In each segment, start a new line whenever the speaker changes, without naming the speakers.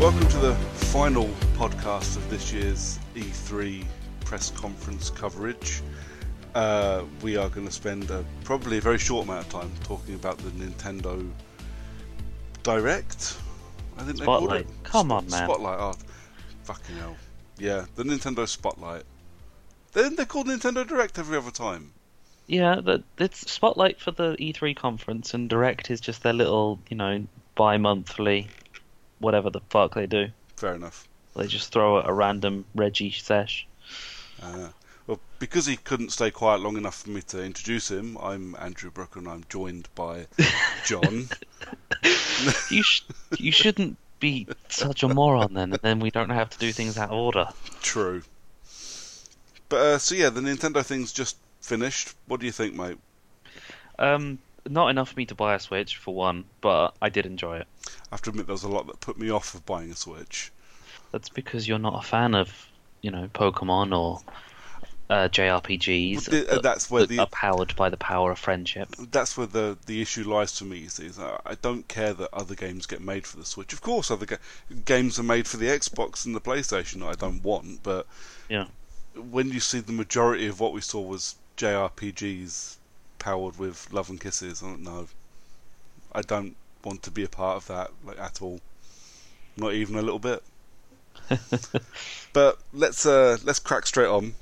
Welcome to the final podcast of this year's E3 press conference coverage. Uh, we are going to spend uh probably a very short amount of time talking about the Nintendo Direct. I think they called it
Spotlight. Come on, man.
Spotlight. Oh, fucking hell. Yeah, the Nintendo Spotlight. Then they're called Nintendo Direct every other time.
Yeah, but it's Spotlight for the E3 conference, and Direct is just their little, you know, bi monthly, whatever the fuck they do.
Fair enough.
They just throw a random Reggie sesh.
Uh, well, because he couldn't stay quiet long enough for me to introduce him, I'm Andrew Brook and I'm joined by John.
You, sh- you shouldn't be such a moron then, and then we don't have to do things out of order.
True. But uh, so yeah, the Nintendo thing's just finished. What do you think, mate?
Um, not enough for me to buy a Switch, for one, but I did enjoy it.
I have to admit, there was a lot that put me off of buying a Switch.
That's because you're not a fan of, you know, Pokemon or uh, JRPGs
Well, the-
that-
uh, that's where
that
the-
are powered by the power of friendship.
That's where the the issue lies for me. You see, is I I don't care that other games get made for the Switch. Of course, other ga- games are made for the Xbox and the PlayStation. that I don't want, but
Yeah.
when you see the majority of what we saw was JRPGs powered with love and kisses, I don't know. I don't want to be a part of that like at all. Not even a little bit. but let's uh, let's crack straight on.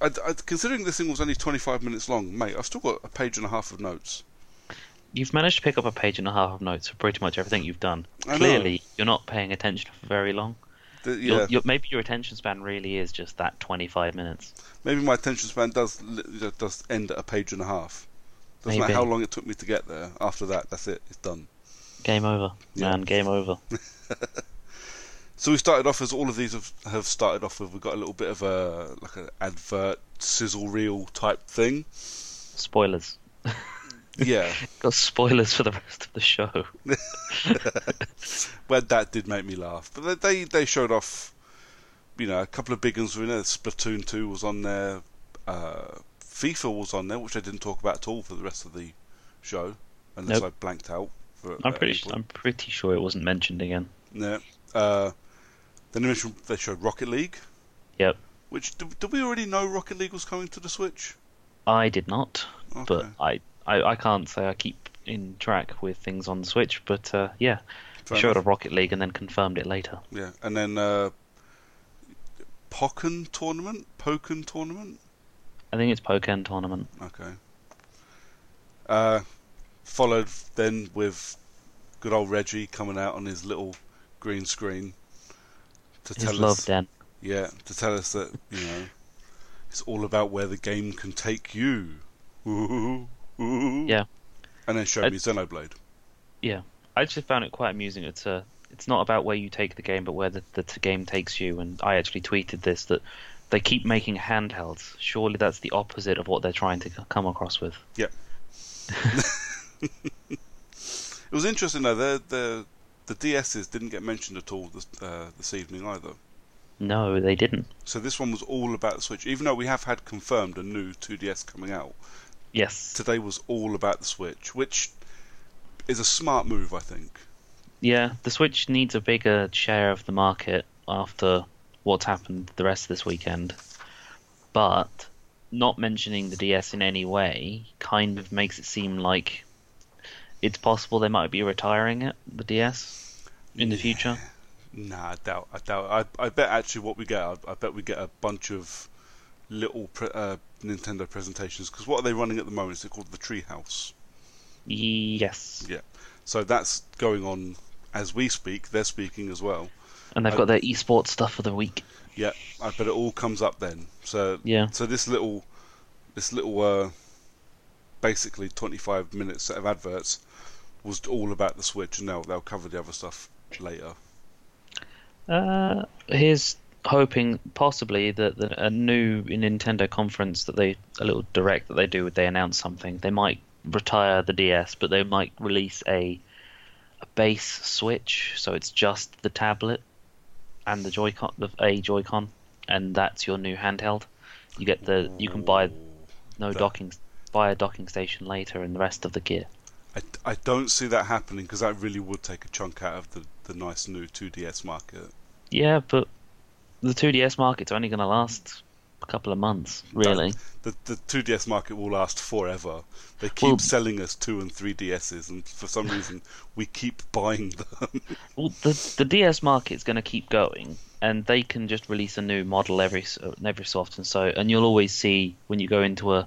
I, I, considering this thing was only 25 minutes long, mate, I've still got a page and a half of notes.
You've managed to pick up a page and a half of notes for pretty much everything you've done.
I know.
Clearly, you're not paying attention for very long.
The-
Your-
yeah,
your- maybe your attention span really is just that 25 minutes.
maybe my attention span does li- does end at a page and a half. Doesn't matter how
Maybe.
long it took me to get there. After that, that's it. It's done.
Game over,
Yeah.
man. Game over.
So we started off as all of these have, have started off with. We've got a little bit of a like an advert sizzle reel type thing.
Spoilers.
Yeah,
Got spoilers for the rest of the show.
well that did make me laugh. But they they- they showed off, you know, a couple of big ones were in there. Splatoon two was on there. Uh, FIFA was on there, which I didn't talk about at all for the rest of the show, unless
Nope.
I blanked out. For,
I'm
at
pretty.
any
su-
point.
I'm pretty sure it wasn't mentioned again.
Yeah. Uh, then they mentioned- they showed Rocket League,
Yep.
which did, did we already know Rocket League was coming to the Switch?
I did not, but
Okay.
I, I, I can't say I keep in track with things on Switch. But uh, yeah,
Fair
showed
enough.
a Rocket League and then confirmed it later.
Yeah, and then uh, Pokken tournament, Pokken tournament.
I think it's Pokemon tournament.
Okay. Uh, followed then with good old Reggie coming out on his little green screen to
His
tell
love
us,
den.
yeah, to tell us that you know it's all about where the game can take you. Ooh, ooh.
Yeah.
and then showed
I-
me Xenoblade.
Yeah, I actually found it quite amusing. It's uh, it's not about where you take the game, but where the, the t- game takes you. And I actually tweeted this that they keep making handhelds. Surely that's the opposite of what they're trying to c- come across with.
It was interesting though. The the the DSs didn't get mentioned at all this uh, this evening either.
No, they didn't.
So this one was all about the Switch. Even though we have had confirmed a new 2DS coming out,
Yes.
today was all about the Switch, which is a smart move, I think.
Yeah, the Switch needs a bigger share of the market after what's happened the rest of this weekend. But not mentioning the DS in any way kind of makes it seem like it's possible they might be retiring it, the DS, in the future.
Nah, I doubt. I doubt. I, I bet actually what we get. I, I bet we get a bunch of little pre- uh, Nintendo presentations because what are they running at the moment? Is it called the Treehouse?
Yes.
Yeah. So that's going on as we speak. They're speaking as well.
And they've got their esports stuff for the week.
Yeah, I bet it all comes up then. So
Yeah.
So this little, this little, uh, basically twenty-five minute set of adverts was all about the Switch, and they'll they'll cover the other stuff later.
Uh, here's hoping possibly that, that a new Nintendo conference that they a little direct that they do would they announce something. They might retire the DS, but they might release a a base Switch, so it's just the tablet and the Joy-Con, the, a Joy-Con, and that's your new handheld. You get the you can buy no
that-
docking buy a docking station later and the rest of the gear.
I, I don't see that happening because that really would take a chunk out of the, the nice new 2DS market.
Yeah, but the 2DS market's only going to last a couple of months, really.
The the 2DS market will last forever. They keep
Well-
selling us 2 and 3DSs, and for some reason we keep buying them.
Well, the the DS market's going to keep going, and they can just release a new model every s- uh, every so often. So, and you'll always see when you go into a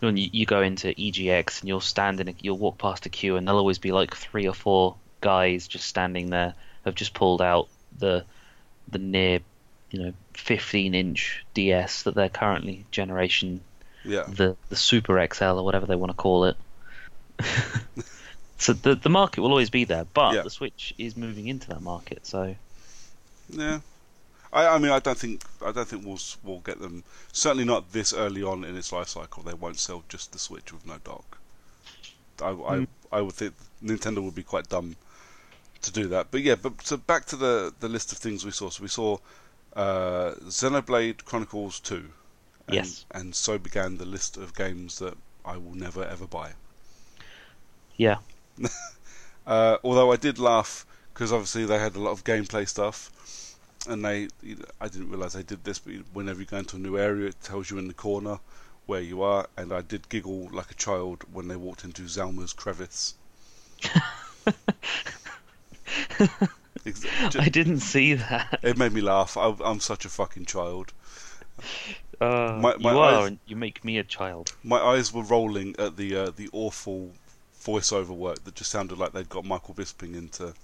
when you, you go into EGX and you'll stand in a, you'll walk past a queue, and there'll always be like three or four guys just standing there have just pulled out the the near you know 15 inch DS that they're currently generation
yeah.
the the Super XL or whatever they want to call it. so the the market will always be there, but
Yeah.
the Switch is moving into that market. So
Yeah, I, I mean, I don't think I don't think we'll s- we'll get them. Certainly not this early on in its life cycle. They won't sell just the Switch with no dock. I, I, I would think Nintendo would be quite dumb to do that. But yeah, but so back to the the list of things we saw. So we saw uh, Xenoblade Chronicles Two. And,
Yes.
And so began the list of games that I will never ever buy.
yeah,
Uh, although I did laugh because obviously they had a lot of gameplay stuff, and they you know, I didn't realize they did this, but whenever you go into a new area, it tells you in the corner where you are, and I did giggle like a child when they walked into Zalma's crevice. Ex- ju-
I didn't see that.
it made me laugh. I, I'm such a fucking child.
Uh,
My- my
you are,
eyes-
and you make me a child.
My eyes were rolling at the uh, the awful voiceover work that just sounded like they'd got Michael Bisping in to,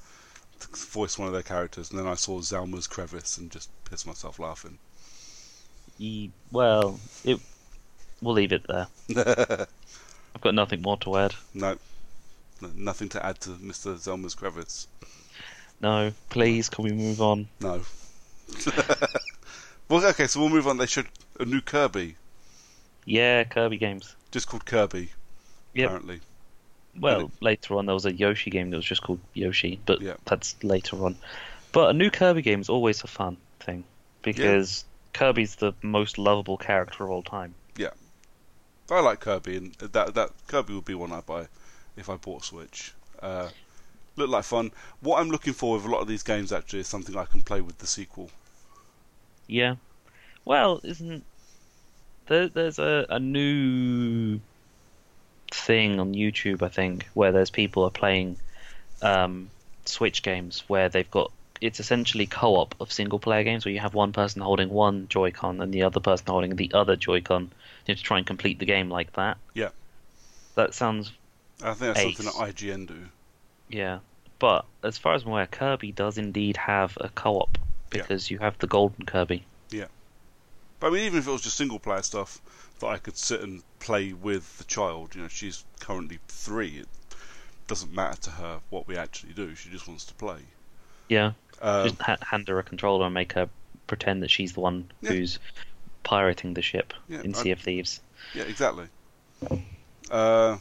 to voice one of their characters, and then I saw Zalma's crevice and just pissed myself laughing.
You, E, well, it. We'll leave it there. I've got nothing more to add.
No, no nothing to add to Mr. Zelma's crevice.
No, please, can we move on?
No. well, okay, so we'll move on. They should a new Kirby,
Yeah, Kirby games.
just called Kirby,
Yep.
apparently.
Well, later on there was a Yoshi game that was just called Yoshi, but
Yeah.
that's later on. But a new Kirby game is always a fun thing because Kirby's the most lovable character of all time.
I like Kirby, and that that Kirby would be one I buy if I bought a Switch. Uh, look like fun. What I'm looking for with a lot of these games actually is something I can play with the sequel.
Yeah. Well, isn't there, there's a, a new thing on YouTube I think where there's people are playing um, Switch games where they've got it's essentially co-op of single-player games where you have one person holding one Joy-Con and the other person holding the other Joy-Con. You have to try and complete the game like that.
Yeah.
That sounds
I think that's
Ace.
something that IGN do.
yeah, but as far as I'm aware, Kirby does indeed have a co-op
Yeah.
because you have the Golden Kirby.
But I mean, even if it was just single player stuff that I could sit and play with the child, you know, she's currently three. It doesn't matter to her what we actually do. She just wants to play.
Yeah.
Um,
Just ha- hand her a controller and make her pretend that she's the one
Yeah.
who's pirating the ship
Yeah,
in
I-
Sea of Thieves.
Yeah, exactly. Uh,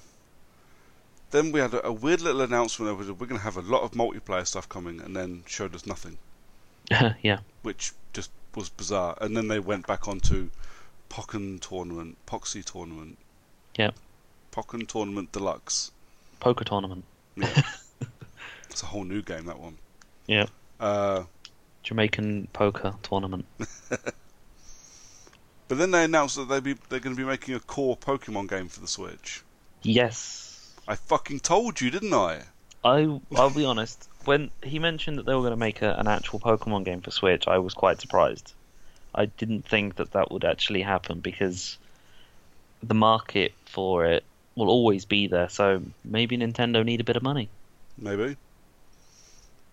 then we had a, a weird little announcement over that we're going to have a lot of multiplayer stuff coming, and then showed us nothing,
yeah.
which just was bizarre. And then they went back onto Pokken Tournament, Poxy Tournament,
Yep.
Pokken Tournament Deluxe.
Poker tournament.
It's a whole new game, that one.
Yeah.
Uh,
Jamaican poker tournament.
but then they announced that they be, they're going to be making a core Pokemon game for the Switch.
Yes.
I fucking told you, didn't I?
I I'll be honest. When he mentioned that they were going to make a, an actual Pokemon game for Switch, I was quite surprised. I didn't think that that would actually happen because the market for it will always be there. So maybe Nintendo need a bit of money.
maybe.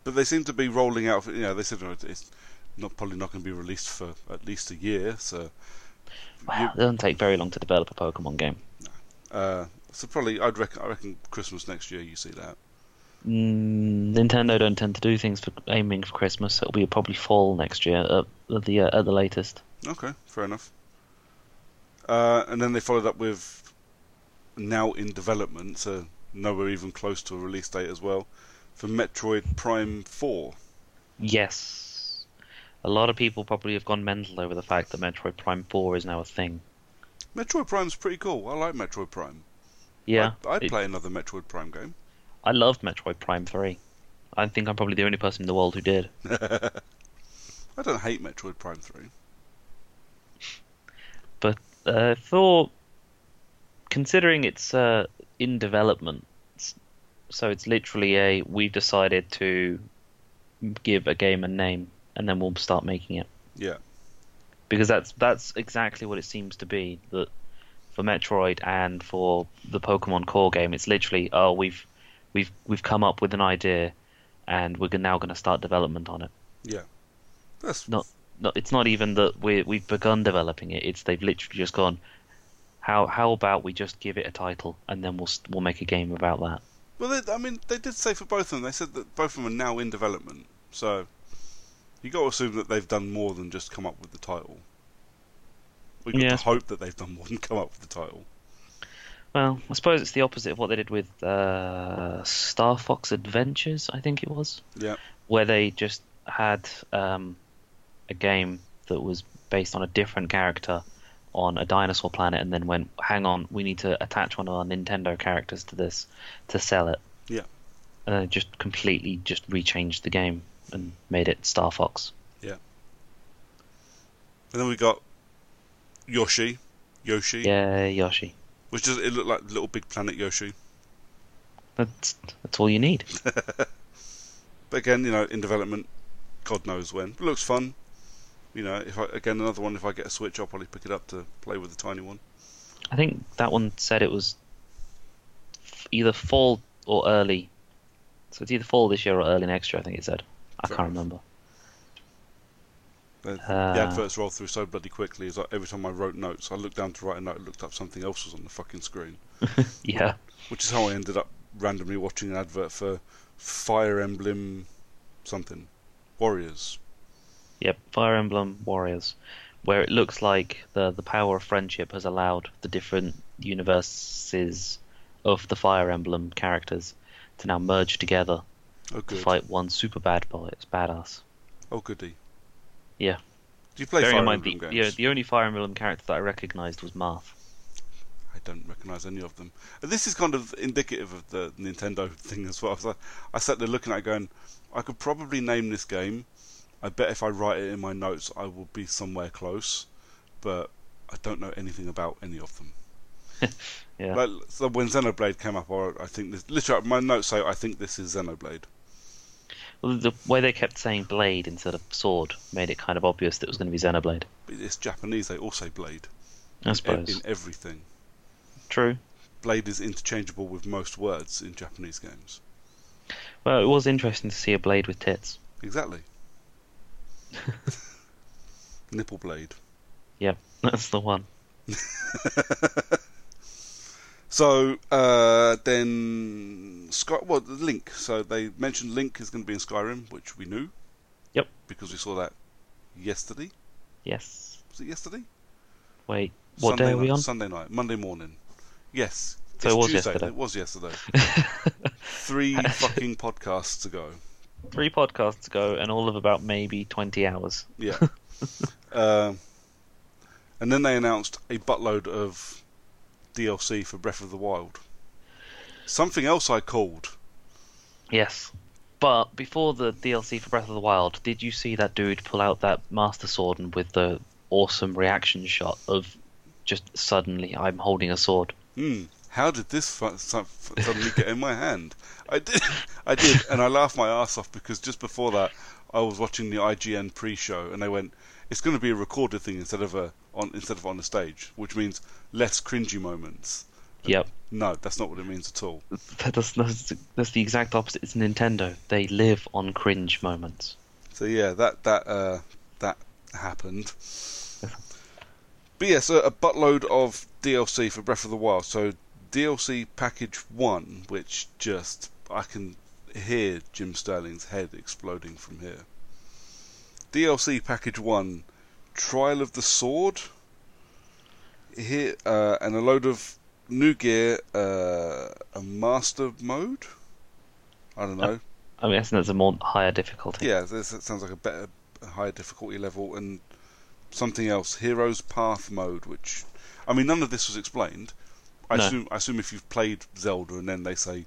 But they seem to be rolling out. You know, they said "No, it's not probably not going to be released for at least a year. So,
Wow, it doesn't take very long to develop a Pokemon game.
uh, so probably I'd reckon. I reckon Christmas next year you see that.
Mm, Nintendo don't tend to do things for aiming for Christmas. It'll be probably fall next year at at the uh, at the latest.
Okay, fair enough. Uh, and then they followed up with now in development, so nowhere even close to a release date as well, for Metroid Prime 4.
Yes, a lot of people probably have gone mental over the fact that Metroid Prime Four is now a thing.
Metroid Prime's pretty cool. I like Metroid Prime.
Yeah,
I, I'd
it-
play another Metroid Prime game.
I loved Metroid Prime Three. I think I'm probably the only person in the world who did.
I don't hate Metroid Prime 3.
But uh, for considering it's uh, in development, s- so it's literally a we've decided to give a game a name and then we'll start making it
Yeah.
because that's that's exactly what it seems to be that for Metroid and for the Pokemon core game, it's literally oh we've we've we've come up with an idea and we're now going to start development on it.
That's
Not not it's not even that we we've begun developing it. It's they've literally just gone. How how about we just give it a title and then we'll s- we'll make a game about that.
Well, they, I mean, they did say for both of them. They said that both of them are now in development. So you got to assume that they've done more than just come up with the title. We got
Yeah.
to hope that they've done more than come up with the title.
Well, I suppose it's the opposite of what they did with uh, Star Fox Adventures, I think it was.
Yeah.
Where they just had um, a game that was based on a different character on a dinosaur planet and then went, hang on, we need to attach one of our Nintendo characters to this to sell it.
Yeah.
And they just completely just rechanged the game and made it Star Fox.
And then we got Yoshi, Yoshi,
Yeah, Yoshi.
which does it looked like Little Big Planet Yoshi.
That's, that's all you need.
But again, you know, in development, God knows when. It looks fun. You know, if I again another one, if I get a Switch, I'll probably pick it up to play with the tiny one.
I think that one said it was f- either fall or early. So it's either fall this year or early next year. I think it said. I
Fair
can't
enough.
remember.
The,
Ah.
the adverts roll through so bloody quickly. It's like every time I wrote notes, I looked down to write a note, looked up something else was on the fucking screen,
Yeah,
which is how I ended up randomly watching an advert for Fire Emblem something Warriors.
yep. Fire Emblem Warriors, where it looks like the the power of friendship has allowed the different universes of the Fire Emblem characters to now merge together
Oh
to
good.
fight one super bad boy. It's badass.
Oh goody.
Yeah.
Do you play
Bearing
Fire
in mind
Emblem
the,
games?
yeah, the only Fire Emblem character that I recognised was Marth.
I don't recognise any of them. And this is kind of indicative of the Nintendo thing as well. So I sat there looking at it going, I could probably name this game. I bet if I write it in my notes, I will be somewhere close. But I don't know anything about any of them.
Yeah.
Like, so when Xenoblade came up, or I think this, literally my notes say, I think this is Xenoblade.
Well, The way they kept saying blade instead of sword made it kind of obvious that it was going to be Xenoblade.
But it's Japanese, they all say Blade
I
e-
suppose.
in everything.
True.
Blade is interchangeable with most words in Japanese games.
Well, it was interesting to see a blade with tits.
Exactly. Nipple Blade.
Yep, that's the one.
So uh, then, Sky. Well, Link. So they mentioned Link is going to be in Skyrim, which we knew.
Yep.
Because we saw that yesterday.
Yes.
Was it yesterday?
Wait, what
Sunday
day are we
night,
on?
Sunday night, Monday morning. Yes.
So
it's
it was
Tuesday.
yesterday.
It was yesterday. Three fucking podcasts ago.
Three podcasts ago, and all of about maybe 20 hours.
Yeah. um, and then they announced a buttload of DLC for Breath of the Wild. Something else I called.
Yes. But before the DLC for Breath of the Wild, did you see that dude pull out that Master Sword and with the awesome reaction shot of just suddenly, I'm holding a sword?
Hmm. How did this fu- su- fu- suddenly get in my hand? I did, I did, and I laughed my ass off because just before that, I was watching the IGN pre-show, and they went, it's going to be a recorded thing instead of a on instead of on the stage, which means less cringy moments.
Yep.
No, that's not what it means at all.
That- That's, that's, that's the exact opposite. It's Nintendo. They live on cringe moments.
So yeah, that that uh, that happened. But yes, a, a buttload of DLC for Breath of the Wild. So DLC package one, which just I can hear Jim Sterling's head exploding from here. DLC package one, Trial of the Sword. Here uh, and a load of new gear, uh, a master mode. I don't know.
I'm guessing that's a more higher difficulty.
Yeah, this it sounds like a better, a higher difficulty level and something else. Heroes Path mode, which I mean, none of this was explained. I
No.
assume, I assume if you've played Zelda and then they say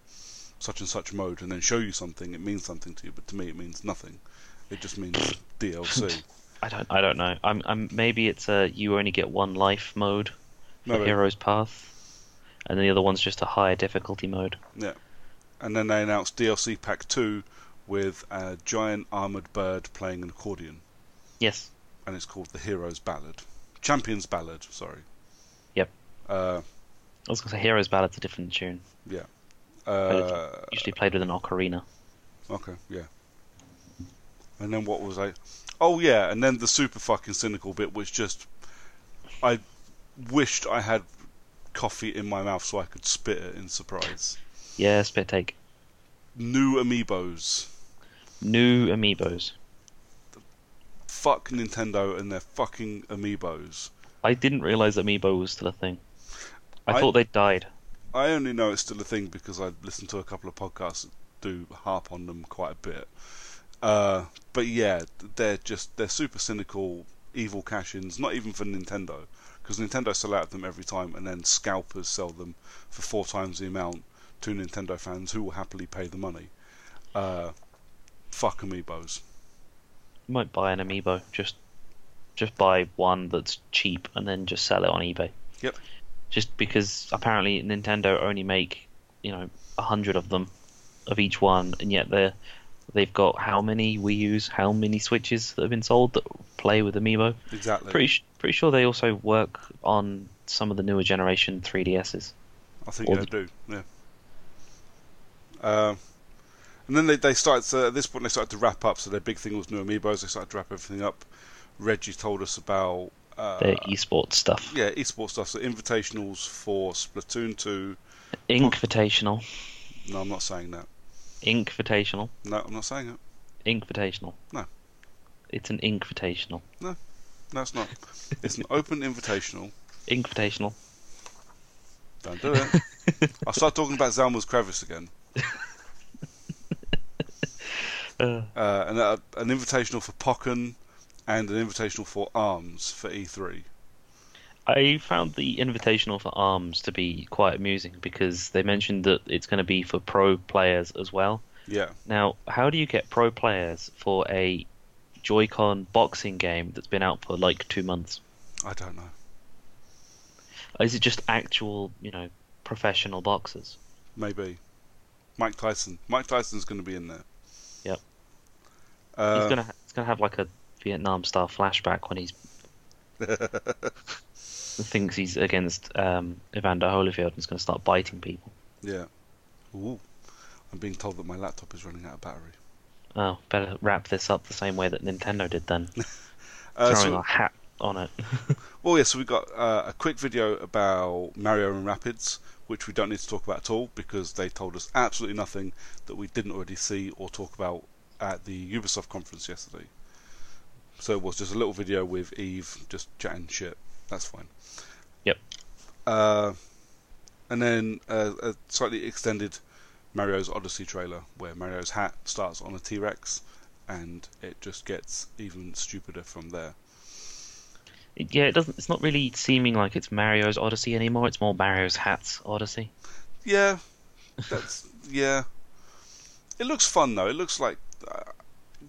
such and such mode and then show you something, it means something to you. But to me, it means nothing. It just means DLC.
I don't. I don't know. I'm. I'm. Maybe it's a you only get one life mode for
No, but-
Hero's Path, and the other one's just a higher difficulty mode.
and then they announced DLC Pack Two with a giant armored bird playing an accordion,
Yes.
and it's called the Heroes Ballad, Champions Ballad. Sorry.
Yep.
Uh,
I was gonna say Hero's Ballad's a different tune,
uh,
usually played with an ocarina.
Okay, yeah. And then what was I? Oh yeah, and then the super fucking cynical bit, which just I wished I had coffee in my mouth so I could spit it in surprise.
Yeah, spit take.
New amiibos.
New amiibos.
Fuck Nintendo and their fucking amiibos.
I didn't realize amiibo was still a thing. I,
I-
thought they died.
I only know it's still a thing because I listened to a couple of podcasts that do harp on them quite a bit. Uh, but yeah, they're just they're super cynical, evil cash-ins. Not even for Nintendo, because Nintendo sell out them every time, and then scalpers sell them for four times the amount to Nintendo fans who will happily pay the money. Uh, fuck amiibos.
You might buy an amiibo. Just, just buy one that's cheap and then just sell it on eBay.
Yep.
Just because apparently Nintendo only make you know a hundred of them, of each one, and yet they're they've got how many Wii U's, how many Switches that have been sold that play with amiibo.
Exactly.
Pretty sh- pretty sure they also work on some of the newer generation 3DSs.
I think
Or
they
the-
do. Yeah. Um, and then they they started so at this point they started to wrap up. So their big thing was new amiibos. They started to wrap everything up. Reggie told us about uh,
Their esports stuff.
yeah esports stuff. So invitationals for Splatoon two.
Invitational.
No, I'm not saying that.
Invitational.
No, I'm not saying it.
Invitational.
No.
It's an invitational.
No, it's not. it's an open invitational.
Invitational.
Don't do it. I'll start talking about Zalma's crevice again.
Uh,
Uh, and uh, an invitational for Pokken, and an invitational for Arms for E E3.
I found the invitational for ARMS to be quite amusing because they mentioned that it's going to be for pro players as well.
Yeah.
Now, how do you get pro players for a Joy-Con boxing game that's been out for like two months?
I don't know.
Is it just actual, you know, professional boxers?
Maybe. Mike Tyson. Mike Tyson's going to be in there.
Yep. he's
Uh,
gonna, ha- he's gonna have like a Vietnam-style flashback when he's thinks he's against um, Evander Holyfield and is gonna start biting people.
Yeah. Ooh. I'm being told that my laptop is running out of battery.
Oh, better wrap this up the same way that Nintendo did then,
Uh,
throwing
so-
a hat on it.
well, yeah, so we got uh, a quick video about Mario and Rapids, which we don't need to talk about at all because they told us absolutely nothing that we didn't already see or talk about at the Ubisoft conference yesterday. So it was just a little video with Eve just chatting shit. That's fine.
Yep.
Uh, and then uh, a slightly extended Mario's Odyssey trailer where Mario's hat starts on a T Rex and it just gets even stupider from there.
Yeah, it doesn't. It's not really seeming like it's Mario's Odyssey anymore. It's more Mario's Hats Odyssey.
Yeah, that's yeah. It looks fun though. It looks like uh,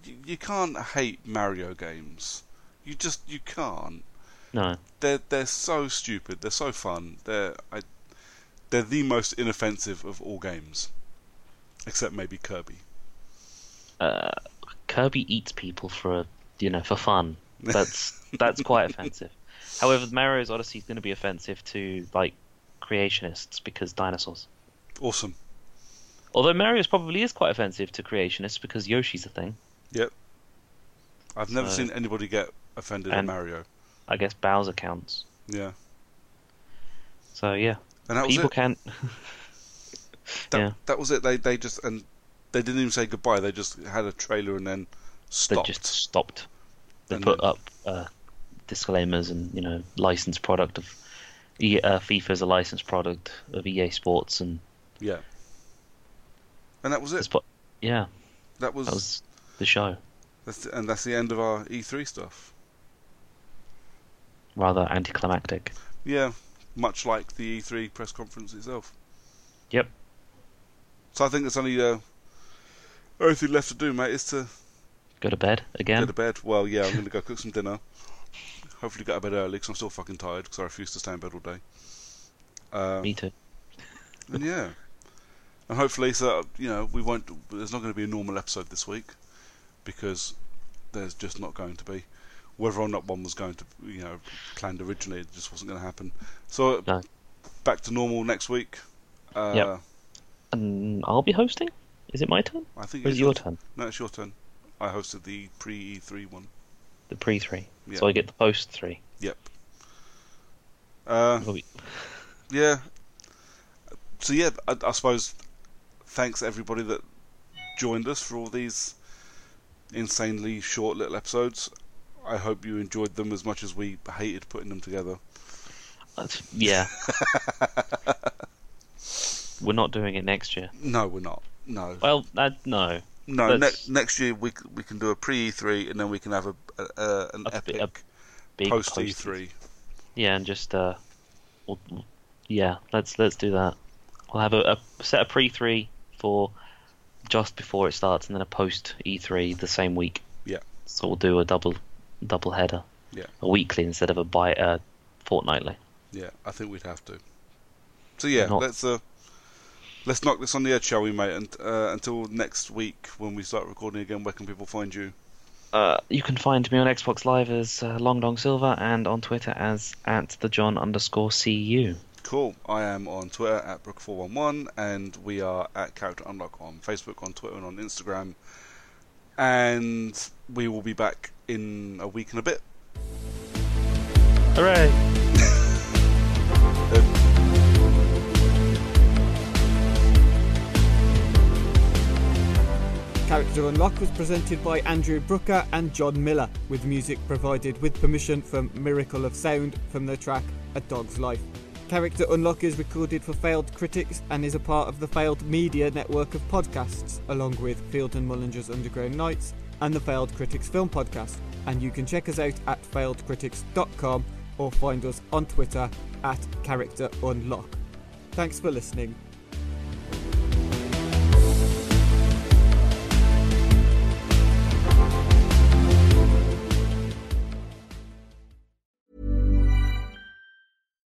you, you can't hate Mario games. You just you can't.
No,
They're they're so stupid. They're so fun. They're I, they're the most inoffensive of all games, except maybe Kirby.
uh, Kirby eats people for you know for fun. That's that's quite offensive. However, Mario's Odyssey is going to be offensive to like creationists because dinosaurs.
Awesome.
Although Mario's probably is quite offensive to creationists because Yoshi's a thing.
Yep. I've never
So-
seen anybody get offended at
And-
Mario.
I guess Bowser counts.
Yeah.
So yeah,
And that was
people
it.
can.
That,
yeah.
that was it. They they just and they didn't even say goodbye. They just had a trailer and then
they
stopped.
just stopped. They
And
put
then-
up uh, disclaimers and you know licensed product of E- uh, FIFA is a licensed product of EA Sports and
Yeah. And that was it.
it's po- yeah,
That was,
that was the show.
that's the, and that's the end of our E3 stuff.
Rather anticlimactic.
Yeah, much like the E3 press conference itself.
Yep.
So I think there's only uh, only thing left to do, mate, is to
Go to bed
go
again.
to bed. Well, yeah, I'm going to go cook some dinner. Hopefully, get out of bed early because I'm still fucking tired because I refuse to stay in bed all day. Um,
Me too.
And yeah, and hopefully, so you know, we won't. There's not going to be a normal episode this week because there's just not going to be. Whether or not one was going to, you know, planned originally, it just wasn't going to happen. So
No.
back to normal next week. Uh,
Yep. And I'll be hosting. Is it my turn?
I think
Or
it's
is it your turn?
No, it's your turn. I hosted the pre E3 one.
The pre three.
Yeah.
So I get the post three.
Yep. Uh,
It'll be-
Yeah. So yeah, I, I suppose thanks everybody that joined us for all these insanely short little episodes. I hope you enjoyed them as much as we hated putting them together.
That's- Yeah. We're not doing it next year.
No, we're not. No,
Well, uh, no.
no. Ne-
that's-
next year we c- we can do a pre E3 and then we can have a, a, a an
A
epic
bit- a Big
post E
post- E
E3.
Yeah, and just uh, we'll, yeah, let's let's do that. We'll have a, a set a pre three for just before it starts, and then a post E three the same week.
Yeah.
So we'll do a double double header.
Yeah.
A weekly instead of a bi uh, fortnightly.
Yeah, I think we'd have to. So yeah,
Not-
let's uh, let's knock this on the head, shall we, mate? And uh, until next week when we start recording again, where can people find you?
Uh, you can find me on Xbox Live as uh, Long Dong Silver and on Twitter as at the John underscore cu.
Cool. I am on Twitter at Brook411, and we are at Character Unlock on Facebook, on Twitter, and on Instagram. And we will be back in a week and a bit.
Hooray!
Character Unlock was presented by Andrew Brooker and John Miller, with music provided with permission from Miracle of Sound from their track A Dog's Life. Character Unlock is recorded for Failed Critics and is a part of the Failed Media network of podcasts, along with Field and Mullinger's Underground Nights and the Failed Critics Film Podcast. And you can check us out at failedcritics.com or find us on Twitter at Character Unlock. Thanks for listening.